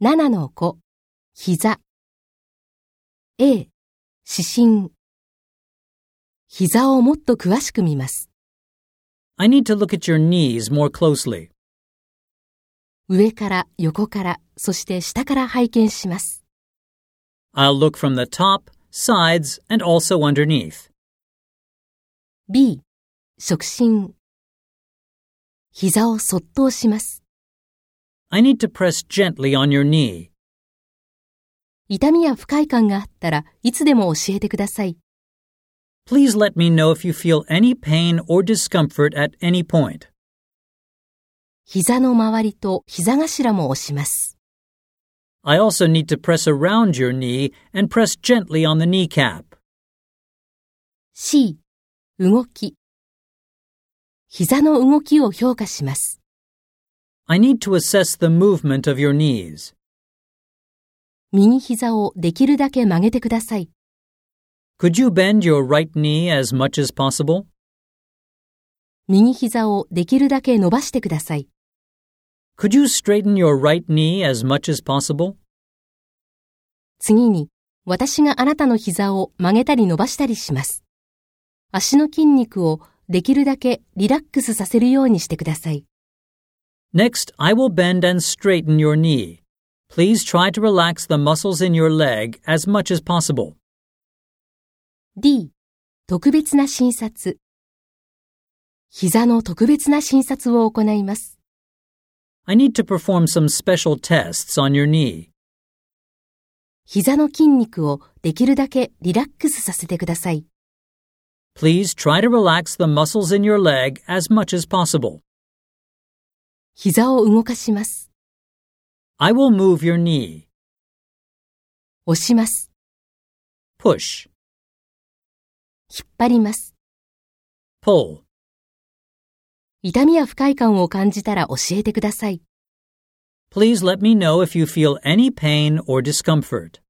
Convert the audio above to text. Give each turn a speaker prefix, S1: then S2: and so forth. S1: 7の5、膝。A、指針。膝をもっと詳しく見ます。
S2: I need to look at your knees more closely.
S1: 上から、横から、そして下から拝見します。
S2: I'll look from the top, sides, and also underneath.
S1: B、触診。膝をそっと押します。
S2: I need to press gently on your knee.
S1: 痛みや不快感があったらいつでも教えてください。
S2: Please let me know if you feel any pain or discomfort at any point.
S1: 膝の周りと膝頭も押します。
S2: I also need to press around your knee and press gently on the kneecap.
S1: C、動き。膝の動きを評価します。
S2: I need to assess the movement of your knees.
S1: 右膝をできるだけ曲げてください。
S2: Could you bend your right knee as much as possible?
S1: 右膝をできるだけ伸ばしてください。
S2: Could you straighten your right knee as much as possible?
S1: 次に、私があなたの膝を曲げたり伸ばしたりします。足の筋肉をできるだけリラックスさせるようにしてください。
S2: Next, I will bend and straighten your knee. Please try to relax the muscles in your leg as much as possible.
S1: D、特別な診察。膝の特別な診察を行います。
S2: I need to perform some special tests on your knee.
S1: 膝の筋肉をできるだけリラックスさせてください。
S2: Please try to relax the muscles in your leg as much as possible.
S1: 膝を動かします。
S2: I will move your knee.
S1: 押します。
S2: Push.
S1: 引っ張ります。
S2: Pull.
S1: 痛みや不快感を感じたら教えてください。
S2: Please let me know if you feel any pain or discomfort.